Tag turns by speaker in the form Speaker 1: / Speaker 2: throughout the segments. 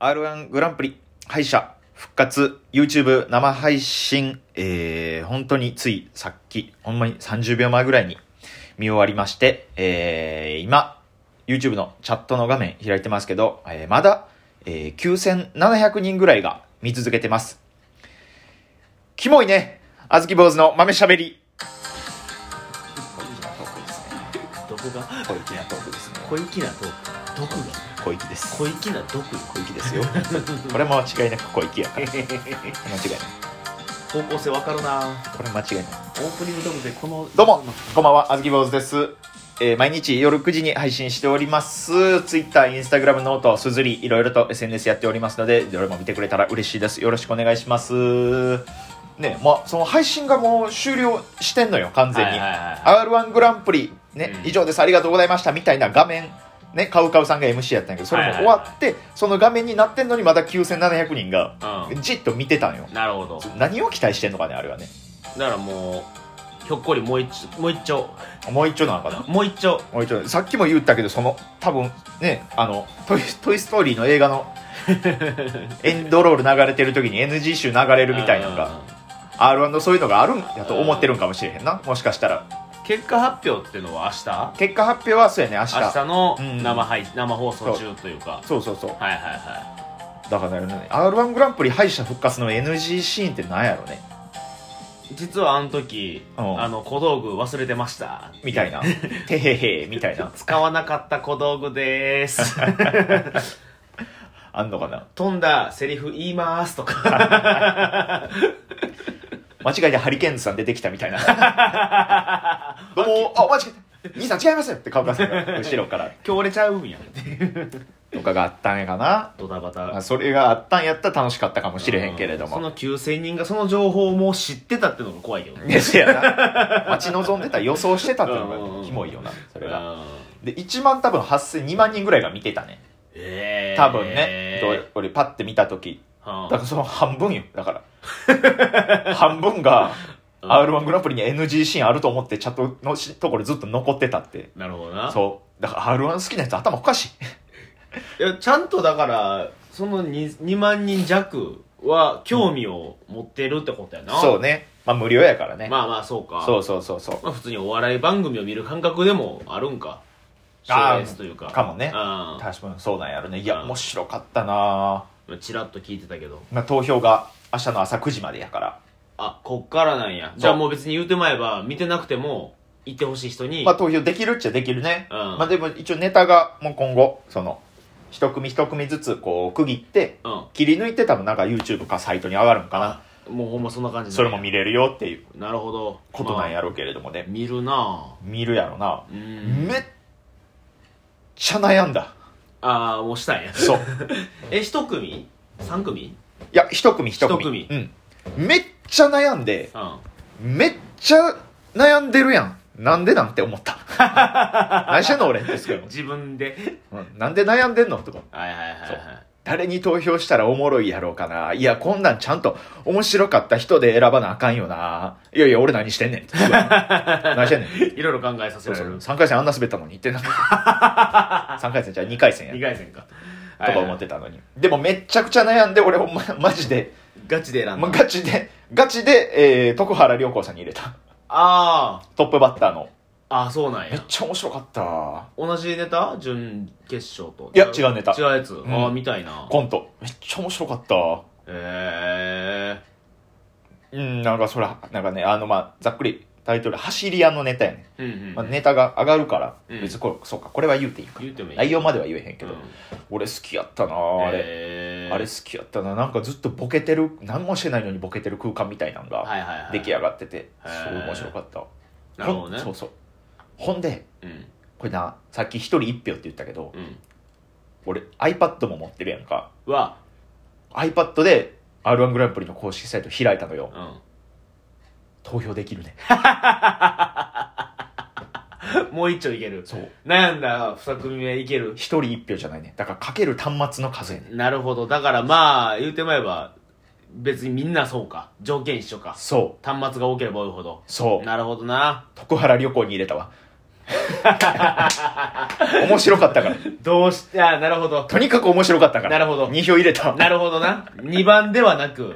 Speaker 1: R1 グランプリ敗者復活 YouTube 生配信、えー、本当についさっき、ほんまに30秒前ぐらいに見終わりまして、えー、今、YouTube のチャットの画面開いてますけど、えーまだ、えー、9700人ぐらいが見続けてます。キモいねあずき坊主の豆しゃべり小粋なトークですね。
Speaker 2: どこが
Speaker 1: 小粋なトークですね。
Speaker 2: 小粋なと毒が
Speaker 1: 小粋です。
Speaker 2: 小粋な毒
Speaker 1: 小粋ですよ。これ間違いなく小粋やから。間違いない。
Speaker 2: 方向性わかるな
Speaker 1: これ間違いない。
Speaker 2: オープニングトークでこの
Speaker 1: どうも、こんばんは、あずき坊主です。えー毎日夜9時に配信しております。Twitter、Instagram、ノート、すずり、いろいろと SNS やっておりますので、どれも見てくれたら嬉しいです。よろしくお願いします。ね、まあ、その配信がもう終了してんのよ、完全に。
Speaker 2: はいはいはいは
Speaker 1: R1 グランプリ、ね、
Speaker 2: うん
Speaker 1: 以上です、ありがとうございました、みたいな画面、ね、カウカウさんが MC やったんやけど、それも終わって、その画面になってんのに、まだ9700人が、
Speaker 2: い
Speaker 1: じっと見てたんよ
Speaker 2: うん。なるほど
Speaker 1: 何を期待してんのかね、あれはね。
Speaker 2: だからもうひょっこりもう一もう一丁
Speaker 1: もう一丁なのかな。
Speaker 2: もう一丁
Speaker 1: もう一度さっきも言ったけどその多分ねあのトイ「トイ・ストーリー」の映画 のエンドロール流れてる時に NG 集流れるみたいなのが R1 のそういうのがあるんやと思ってるんかもしれへんなもしかしたら
Speaker 2: うん結果発表っていうのは明日
Speaker 1: 結果発表はそうやね明日
Speaker 2: 明日の
Speaker 1: うん
Speaker 2: 生配、生放送中というか
Speaker 1: そうそうそう
Speaker 2: はいはいは
Speaker 1: だからね R1 グランプリ敗者復活の NG シーンってなんやろね
Speaker 2: い実はあの時、
Speaker 1: うん
Speaker 2: あの小道具忘れてました
Speaker 1: みたいな「てへへ」みたいな
Speaker 2: 使わなかった小道具でーす
Speaker 1: あんのかな
Speaker 2: 飛んだセリフ言いまーすとか
Speaker 1: 間違いでハリケーンズさん出てきたみたい などうもあ間違えた兄さん違いますよって顔がさんが後ろから
Speaker 2: 今日れちゃうんやっていう
Speaker 1: とかがあったんやかな
Speaker 2: ドタバ
Speaker 1: まあ
Speaker 2: タ
Speaker 1: それがあったんやったら楽しかったかもしれへんけれど
Speaker 2: そ
Speaker 1: も。
Speaker 2: の9000人がその情報をもう知ってたってのが怖いけどね
Speaker 1: ですやな。待ち望んでた、予想してたっていう
Speaker 2: うんうん
Speaker 1: の
Speaker 2: うん
Speaker 1: が、キモいよな、それが。
Speaker 2: うん
Speaker 1: で、1万多分8000、2万人ぐらいが見てたね。
Speaker 2: えー
Speaker 1: 多分ね。どう俺、パッて見たとき。
Speaker 2: うん
Speaker 1: だからその半分よ、だから。 半分が、
Speaker 2: うん
Speaker 1: R1 グランプリに NG シーンあると思って、チャットのしところずっと残ってたって。
Speaker 2: なるほどな
Speaker 1: そう。だから R1 好きなやつ頭おかしい。
Speaker 2: いやちゃんとだからその 2, 2万人弱は興味を持ってるってことやな、
Speaker 1: そうね。まあ無料やからね。
Speaker 2: まあまあそうか
Speaker 1: そうそうそうそう。
Speaker 2: まあ、普通にお笑い番組を見る感覚でもあるんか賞
Speaker 1: あー
Speaker 2: レースというか
Speaker 1: かもね
Speaker 2: あ
Speaker 1: 確かにそうなんやろね。いうや、
Speaker 2: ん
Speaker 1: 面白かったなぁ。
Speaker 2: チラッと聞いてたけど
Speaker 1: まあ、投票が明日の朝9時までやから、
Speaker 2: あこっからなんやじゃあもう別に言うてまえば見てなくても行ってほしい人に、
Speaker 1: まあ、投票できるっちゃできるね、
Speaker 2: うん
Speaker 1: まあでも一応ネタがもう今後その一組一組ずつこう区切って切り抜いて多分なんか YouTube かサイトに上がるんかな、
Speaker 2: うんもうほんまそんな感じなんや
Speaker 1: それも見れるよっていう
Speaker 2: なるほど
Speaker 1: ことなんや
Speaker 2: ま
Speaker 1: ろうけれどもね
Speaker 2: あ、見るな
Speaker 1: 見るやろな
Speaker 2: ぁ、うん
Speaker 1: めっちゃ悩んだ
Speaker 2: ああもうした んや
Speaker 1: そう
Speaker 2: え一組三組
Speaker 1: いや一組一組
Speaker 2: 一組
Speaker 1: うん、めっちゃ悩んで
Speaker 2: うん
Speaker 1: めっちゃ悩んでるやんなんでなんて思った 何してんの俺ですけど、
Speaker 2: 自分で
Speaker 1: うんなんで悩んでんのとか
Speaker 2: はいはいはいは
Speaker 1: そ
Speaker 2: い
Speaker 1: 誰に投票したらおもろいやろうかな。いや、こんなんちゃんと面白かった人で選ばなあかんよな。いやいや、俺何してんねんって。 何してんねん。
Speaker 2: いろいろ考えさせ
Speaker 1: そう
Speaker 2: ら
Speaker 1: そ
Speaker 2: れる
Speaker 1: う。3回戦あんな滑ったのにってな。3回戦じゃあ2回戦や。
Speaker 2: 二回戦か
Speaker 1: とか思ってたのに。でもめちゃくちゃ悩んで、俺ほんま、マジで、
Speaker 2: ガチで選んだ、
Speaker 1: ま、ガチで、ガチで、えー、徳原良子さんに入れた。
Speaker 2: あー
Speaker 1: トップバッターの。
Speaker 2: ああそうなん
Speaker 1: めっ
Speaker 2: や
Speaker 1: ちゃ面白かった。
Speaker 2: 同じネタ準決勝と
Speaker 1: いや違うネタ
Speaker 2: 違うやつ、
Speaker 1: ん
Speaker 2: ああみたいな
Speaker 1: コント。めっちゃ面白かった。
Speaker 2: え
Speaker 1: うん、なんかそら、なんかね、あの、まあ、ざっくりタイトル、走り屋のネタやね。
Speaker 2: えうんうん、
Speaker 1: まあ、ネタが上がるから、
Speaker 2: うん
Speaker 1: 別にこれそうかこれは言うていいか
Speaker 2: 言うてもいい
Speaker 1: 内容までは言えへんけ
Speaker 2: け
Speaker 1: ど、
Speaker 2: ど、
Speaker 1: 俺好きやったなあれ、
Speaker 2: れ
Speaker 1: あれ好きやったななんかずっとボケてる何もしてないのにボケてる空間みたいなのが
Speaker 2: はいはいはい
Speaker 1: 出来上がってて、
Speaker 2: へー
Speaker 1: すごい面白かった
Speaker 2: なるほどね
Speaker 1: そうそうほんで
Speaker 2: うん
Speaker 1: これなさっき一人一票って言ったけど
Speaker 2: うん
Speaker 1: 俺 iPad も持ってるやんか
Speaker 2: は
Speaker 1: iPad で r 1グランプリの公式サイト開いたのよ
Speaker 2: う
Speaker 1: 投票できるね
Speaker 2: ん もう一丁いける
Speaker 1: そう
Speaker 2: 悩んだ二組目いける
Speaker 1: 一人一票じゃないねだからかける端末の数やね
Speaker 2: なるほどだからまあ言うてまえば別にみんなそうか条件一緒か
Speaker 1: そう
Speaker 2: 端末が多ければ多いほど
Speaker 1: そう
Speaker 2: なるほどな
Speaker 1: 徳原旅行に入れたわ 面白かったから。
Speaker 2: どうして、あ、なるほど。
Speaker 1: とにかく面白かったから。
Speaker 2: なるほど
Speaker 1: 2票入れた。
Speaker 2: なるほどな。2番ではなく、もう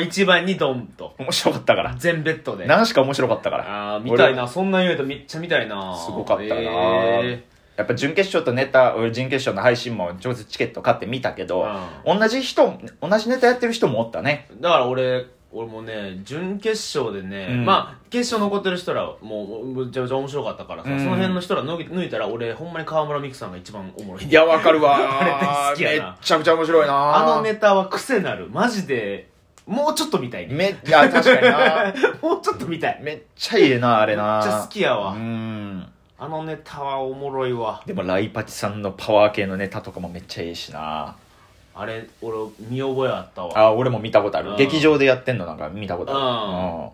Speaker 2: 1番にドンと。
Speaker 1: 面白かったから。
Speaker 2: 全ベッドで。
Speaker 1: 何しか面白かったから。
Speaker 2: あー見たい
Speaker 1: 俺
Speaker 2: な。そんなん言うとめっちゃ見たいな。
Speaker 1: すごかったな、
Speaker 2: え
Speaker 1: やっぱ準決勝とネタ、俺準決勝の配信も直接チケット買ってみたけど、同じ人、同じネタやってる人もおったね。
Speaker 2: ーだから俺、俺もね、準決勝でね、
Speaker 1: うん
Speaker 2: まあ、決勝残ってる人ら、もう、むちゃめちゃ面白かったからさ、
Speaker 1: うん
Speaker 2: その辺の人ら抜い抜いたら、俺、ほんまに河村美空さんが一番おもろい。
Speaker 1: いや、わかる
Speaker 2: あ
Speaker 1: わ
Speaker 2: れ大好きやな
Speaker 1: めっちゃくちゃ面白いな
Speaker 2: あのネタは癖なる。マジで、もうちょっと見た いね。
Speaker 1: めっちゃ、確かに な
Speaker 2: もうちょっと見たい。
Speaker 1: めっちゃいいな、あれな
Speaker 2: めっちゃ好きやわ
Speaker 1: うん。
Speaker 2: あのネタはおもろいわ。
Speaker 1: でも、ライパチさんのパワー系のネタとかもめっちゃいいしな
Speaker 2: あれ、俺、見覚えあったわ。
Speaker 1: あ、俺も見たことあ
Speaker 2: う
Speaker 1: る。
Speaker 2: ん
Speaker 1: 劇場でやってんのなんか見たことある。
Speaker 2: う
Speaker 1: う
Speaker 2: ん
Speaker 1: ん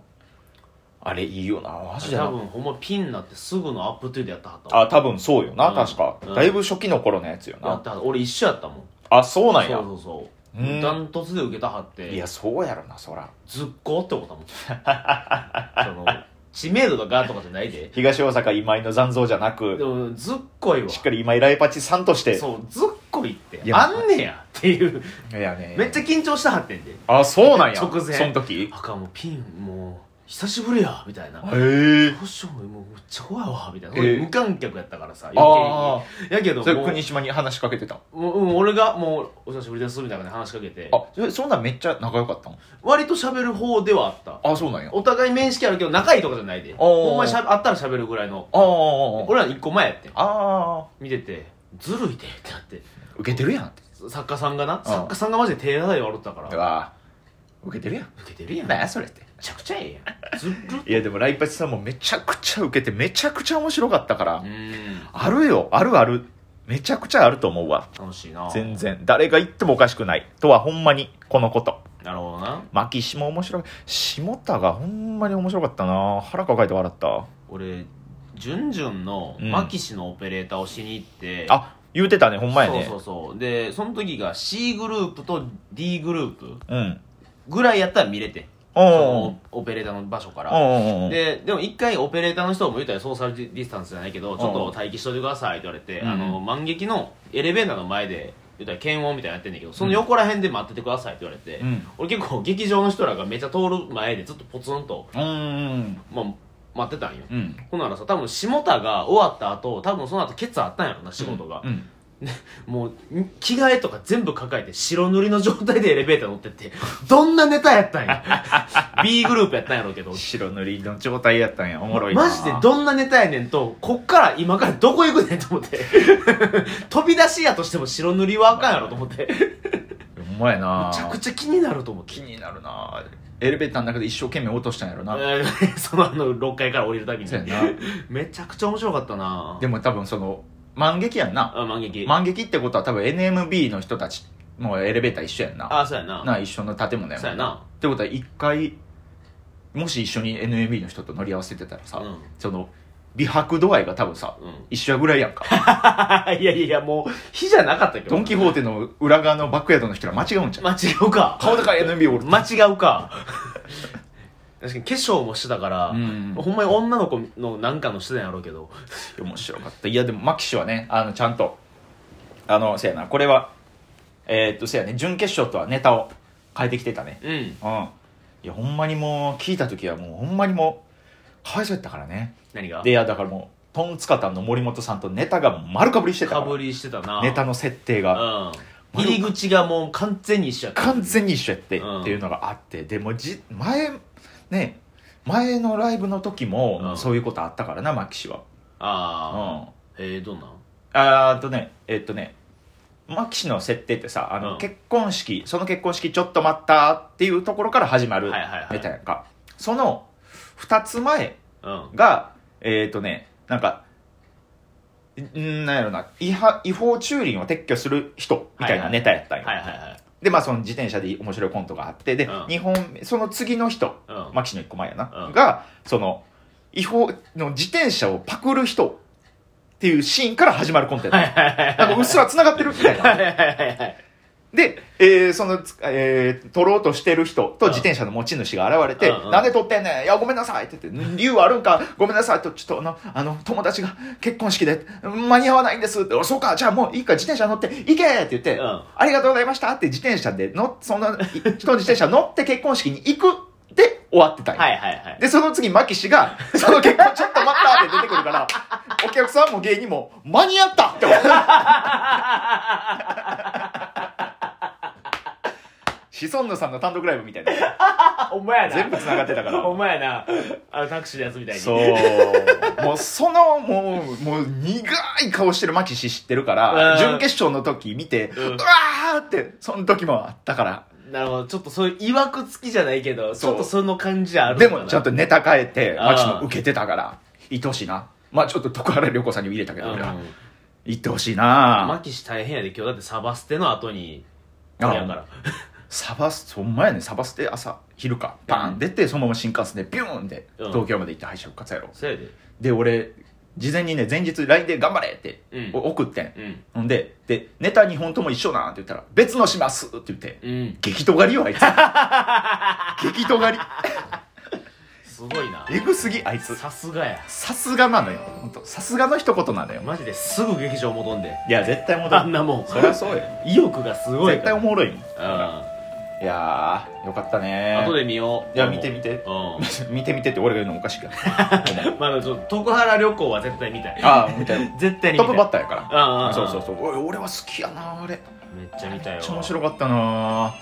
Speaker 1: あれいいよなマジでな
Speaker 2: 多分ほんまピンになってすぐのアップトゥーでやったはったわ
Speaker 1: あ、多分そうよな、
Speaker 2: うん
Speaker 1: 確か
Speaker 2: う。ん
Speaker 1: だいぶ初期の頃のやつよ
Speaker 2: や
Speaker 1: な。
Speaker 2: ったはった俺一緒やったもん
Speaker 1: あ、そうなん
Speaker 2: そ
Speaker 1: や
Speaker 2: う。そうそう、
Speaker 1: うん
Speaker 2: ダントツで受けたはって
Speaker 1: いや、そうやろな、そら。
Speaker 2: ずっこって思ったもん その知名度がガーとかじゃないで
Speaker 1: 東大阪今井の残像じゃな
Speaker 2: で
Speaker 1: く、
Speaker 2: もずっこいわ
Speaker 1: しっかり今井ライパチさんとして。
Speaker 2: そうずっこいって
Speaker 1: いや
Speaker 2: あんねやっていう
Speaker 1: いやね。
Speaker 2: めっちゃ緊張したはってんで
Speaker 1: あ、そうなんや。
Speaker 2: 直前
Speaker 1: その時。
Speaker 2: あかんもうピンもう久しぶりやみたいな
Speaker 1: へえ。
Speaker 2: どうしようもうめっちゃ怖いわみたいな、
Speaker 1: えー
Speaker 2: 無観客やったからさ
Speaker 1: あ
Speaker 2: 余計にやけど
Speaker 1: それ
Speaker 2: もう
Speaker 1: 国島に話しかけてた。
Speaker 2: もう、うん、俺がもうお久しぶりですみたいな感じで話しかけて
Speaker 1: あ、そそんなんめっちゃ仲良かったの
Speaker 2: 割と喋る方ではあった
Speaker 1: あ、そうなんや。あ
Speaker 2: お互い面識あるけど仲いいとかじゃないで
Speaker 1: おー
Speaker 2: ほんまにしゃべあったら喋るぐらいの
Speaker 1: あああ
Speaker 2: 俺ら一個前やってん
Speaker 1: あ、ああ、
Speaker 2: 見ててずるいでってなって
Speaker 1: 受けてるやんって。
Speaker 2: 作家さんがな作家さんがマジで手洗い笑ってたか
Speaker 1: う
Speaker 2: ら
Speaker 1: わ受けてるやん。
Speaker 2: 受けてるやんめ
Speaker 1: なんやそれって。
Speaker 2: ちゃくちゃええやんずるっ
Speaker 1: いや、でもライパチさんもめちゃくちゃ受けて、めちゃくちゃ面白かったから。
Speaker 2: うん
Speaker 1: あるよ、あるある。めちゃくちゃあると思うわ。
Speaker 2: 楽しいな
Speaker 1: 全然。誰が言ってもおかしくない。とはほんまに、このこと。
Speaker 2: なるほどな
Speaker 1: 牧師も面白い。下田がほんまに面白かったな腹抱えて笑った。
Speaker 2: 俺ジュンジュンの
Speaker 1: うん
Speaker 2: マキシのオペレーターをしに行って、
Speaker 1: あ、言うてたね、ほんまやね。
Speaker 2: そうそうそうでその時が C グループと D グループ
Speaker 1: うん。
Speaker 2: ぐらいやったら見れて
Speaker 1: お
Speaker 2: そ
Speaker 1: うん
Speaker 2: のオペレーターの場所から
Speaker 1: うんうん。
Speaker 2: ででも一回オペレーターの人も言ったらソーシャルディスタンスじゃないけどちょっと待機しといてくださいって言われて、
Speaker 1: うん
Speaker 2: あの万劇のエレベーターの前で言ったら検温みたいなのやってんだけどその横ら辺で待っててくださいって言われて、
Speaker 1: うん
Speaker 2: 俺結構劇場の人らがめっちゃ通る前でずっとポツンと、
Speaker 1: うんうん
Speaker 2: まあ、待ってたんよ、
Speaker 1: うん。うん。
Speaker 2: ほんならさ多分下田が終わった後多分その後ケツあったんやろな仕事が
Speaker 1: う、ん。
Speaker 2: もうん着替えとか全部抱えて白塗りの状態でエレベーター乗ってってどんなネタやったん や B グループやったんやろうけど
Speaker 1: 白塗りの状態やったんや。おもろいな。
Speaker 2: マジでどんなネタやねんとこっから今からどこ行くねんと思って 飛び出しやとしても白塗りはあかんやろと思ってめ
Speaker 1: ほんまやな
Speaker 2: ちゃくちゃ気になると思って
Speaker 1: 気になるなエレベーターの中で一生懸命落としたんやろな。
Speaker 2: えー そのあの6階から降りるたびに
Speaker 1: そうやな
Speaker 2: めちゃくちゃ面白かったな
Speaker 1: でも多分その、万劇やんな。
Speaker 2: あ満劇、
Speaker 1: 万劇ってことは多分 NMB の人たちもエレベーター一緒やんな。
Speaker 2: あそうやな
Speaker 1: な一緒の建物やもん
Speaker 2: そうやな
Speaker 1: ってことは一回、もし一緒に NMB の人と乗り合わせてたらさ、
Speaker 2: うん
Speaker 1: その、美白度合いが多分さ、
Speaker 2: うん
Speaker 1: 一緒やぐらい やんか。
Speaker 2: いやいやいやもう火じゃなかったけど
Speaker 1: ドン・キホーテの裏側のバックヤードの人ら間違うんじゃん。
Speaker 2: 間違うか
Speaker 1: 顔高い NMB おる。
Speaker 2: 間違うか確かに化粧もしてたから、
Speaker 1: うん
Speaker 2: ほんまに女の子のなんかの人なんやろうけど
Speaker 1: 面白かった。いやでも、マキシはね、あの、ちゃんと、あの、せやな、これは、えーっと、せやね、準決勝とはネタを変えてきてたね。
Speaker 2: うん
Speaker 1: うん。いや、ほんまにもう、聞いた時はもう、ほんまにもう、かわいそうやったからね。
Speaker 2: 何が
Speaker 1: で、いや、だからもう、トンツカタンの森本さんとネタが丸かぶりしてたか
Speaker 2: かぶ
Speaker 1: ら。
Speaker 2: りしてたな
Speaker 1: ネタの設定が。
Speaker 2: うん入り口がもう完全に一緒やった
Speaker 1: 完全に一緒やって、
Speaker 2: うん
Speaker 1: っていうのがあって。でもじ、前、ね、前のライブの時も、
Speaker 2: うん
Speaker 1: そういうことあったからな、マキシは。う
Speaker 2: あ
Speaker 1: ん。
Speaker 2: あええどんなん
Speaker 1: あーっとねえっとねマキシの設定ってさあの、
Speaker 2: うん
Speaker 1: 結婚式その結婚式ちょっと待ったっていうところから始まる
Speaker 2: はいはいはい
Speaker 1: みたいなかその2つ前
Speaker 2: うん
Speaker 1: がえっとねなんかんなんやろな違法違法駐輪を撤去する人みたいなネタやったんよ、
Speaker 2: はいはいはい
Speaker 1: でまあその自転車で面白いコントがあってで、
Speaker 2: うん
Speaker 1: 二本目その次の人
Speaker 2: うん
Speaker 1: マキシの1個前やな、
Speaker 2: うん
Speaker 1: がその違法の自転車をパクる人っていうシーンから始まるコンテンツ
Speaker 2: はいはいはい
Speaker 1: なんかうっすら繋がってるみたい
Speaker 2: は
Speaker 1: な。
Speaker 2: いはいはいはい
Speaker 1: で、えーその、つえー取ろうとしてる人と自転車の持ち主が現れて、
Speaker 2: うんうん
Speaker 1: なんで取ってんねんいや、ごめんなさいって言って、理由あるんかごめんなさいと、ちょっとあの、あの、友達が結婚式で間に合わないんですって、おそうか、じゃあもういいか、自転車乗って、行けって言って、
Speaker 2: うん
Speaker 1: ありがとうございましたって自転車で乗っ、その、い人の自転車乗って結婚式に行くで終わってたんよ
Speaker 2: はいはいはい。
Speaker 1: で、その次、マキシが、その結婚ちょっと待ったって出てくるから、お客さんも芸人も、間に合ったって 思う。シソンヌさんの単独ライブみたいな。
Speaker 2: あ、お前やな。
Speaker 1: 全部繋がってたから
Speaker 2: お前やな。あの、タクシーのやつみたいに。
Speaker 1: そう。もうその、もう、もう苦い顔してるマキシ知ってるから、
Speaker 2: うん
Speaker 1: 準決勝の時見て、
Speaker 2: うん
Speaker 1: うわーって、その時もあったから。
Speaker 2: なるほど。ちょっとそういう、いわくつきじゃないけど、ち
Speaker 1: そう
Speaker 2: ょっとその感じある
Speaker 1: でも、ちゃん
Speaker 2: と。
Speaker 1: とネタ変えて、
Speaker 2: あー
Speaker 1: マキシも受けてたから、愛しいな。まあちょっと徳原涼子さんにも入れたけど、
Speaker 2: う
Speaker 1: 俺は
Speaker 2: ん。
Speaker 1: 言ってほしいな
Speaker 2: マキシ大変やで、今日だってサバステの後に、
Speaker 1: あ
Speaker 2: あれやから。
Speaker 1: サバスほんまやねサバスで朝昼かバーン出てそのまま新幹線でビューンで
Speaker 2: うん
Speaker 1: 東京まで行って敗者復活やろ
Speaker 2: そうやで。
Speaker 1: で俺事前にね前日 LINE で「頑張れ!」って
Speaker 2: うん
Speaker 1: 送ってん
Speaker 2: うん。
Speaker 1: ほんでで「ネタ2本とも一緒なん」って言ったら「別のします!」って言って
Speaker 2: うん。
Speaker 1: 激尖りよ あいつ激尖り
Speaker 2: すごいな。
Speaker 1: エグすぎあいつ
Speaker 2: さすがや。
Speaker 1: さすがなのよほんとさすがの一言なのよ
Speaker 2: マジですぐ劇場戻んで。
Speaker 1: いや絶対戻
Speaker 2: あん
Speaker 1: る
Speaker 2: なもん。
Speaker 1: そりゃそうよ
Speaker 2: 意欲がすごい
Speaker 1: 絶
Speaker 2: か
Speaker 1: 対
Speaker 2: ら。
Speaker 1: おもろいもん
Speaker 2: う
Speaker 1: いやーよかったね
Speaker 2: ん。後で見よう。
Speaker 1: いや見て見て
Speaker 2: う
Speaker 1: 見て見てって俺が言うのもおかしいけど
Speaker 2: ん。まだちょっと、徳原旅行は絶対見たい。
Speaker 1: ああみたいな
Speaker 2: 絶対に
Speaker 1: トッ
Speaker 2: 見た
Speaker 1: プ
Speaker 2: い。
Speaker 1: バッターやから。
Speaker 2: うんうんん。
Speaker 1: そうそうそう。おい俺は好きやな、あれ。め
Speaker 2: めっちゃ見たよ。
Speaker 1: っちゃ面白かったな。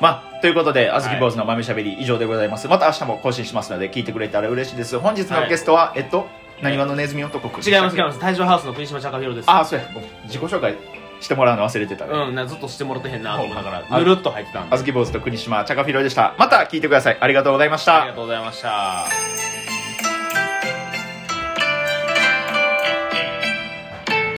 Speaker 1: まあ、ということで、あずき坊主の豆しゃべり以上でございます。また明日も更新しますので、聞いてくれたら嬉しいです。本日のゲストは、えっと、なにわのネズミ男くん。
Speaker 2: 違います違います。大正ハウスの国島貴弘です。
Speaker 1: ああ、そうや。ごめん自己紹介してもらうの忘れてたね。
Speaker 2: うん、なずっとしてもらってへんなと思いなが
Speaker 1: あ
Speaker 2: ら、ぬるっと入ってたんで。
Speaker 1: あずき坊主と国島茶かひろでした。また聞いてください。ありがとうございました。
Speaker 2: ありがとうございました。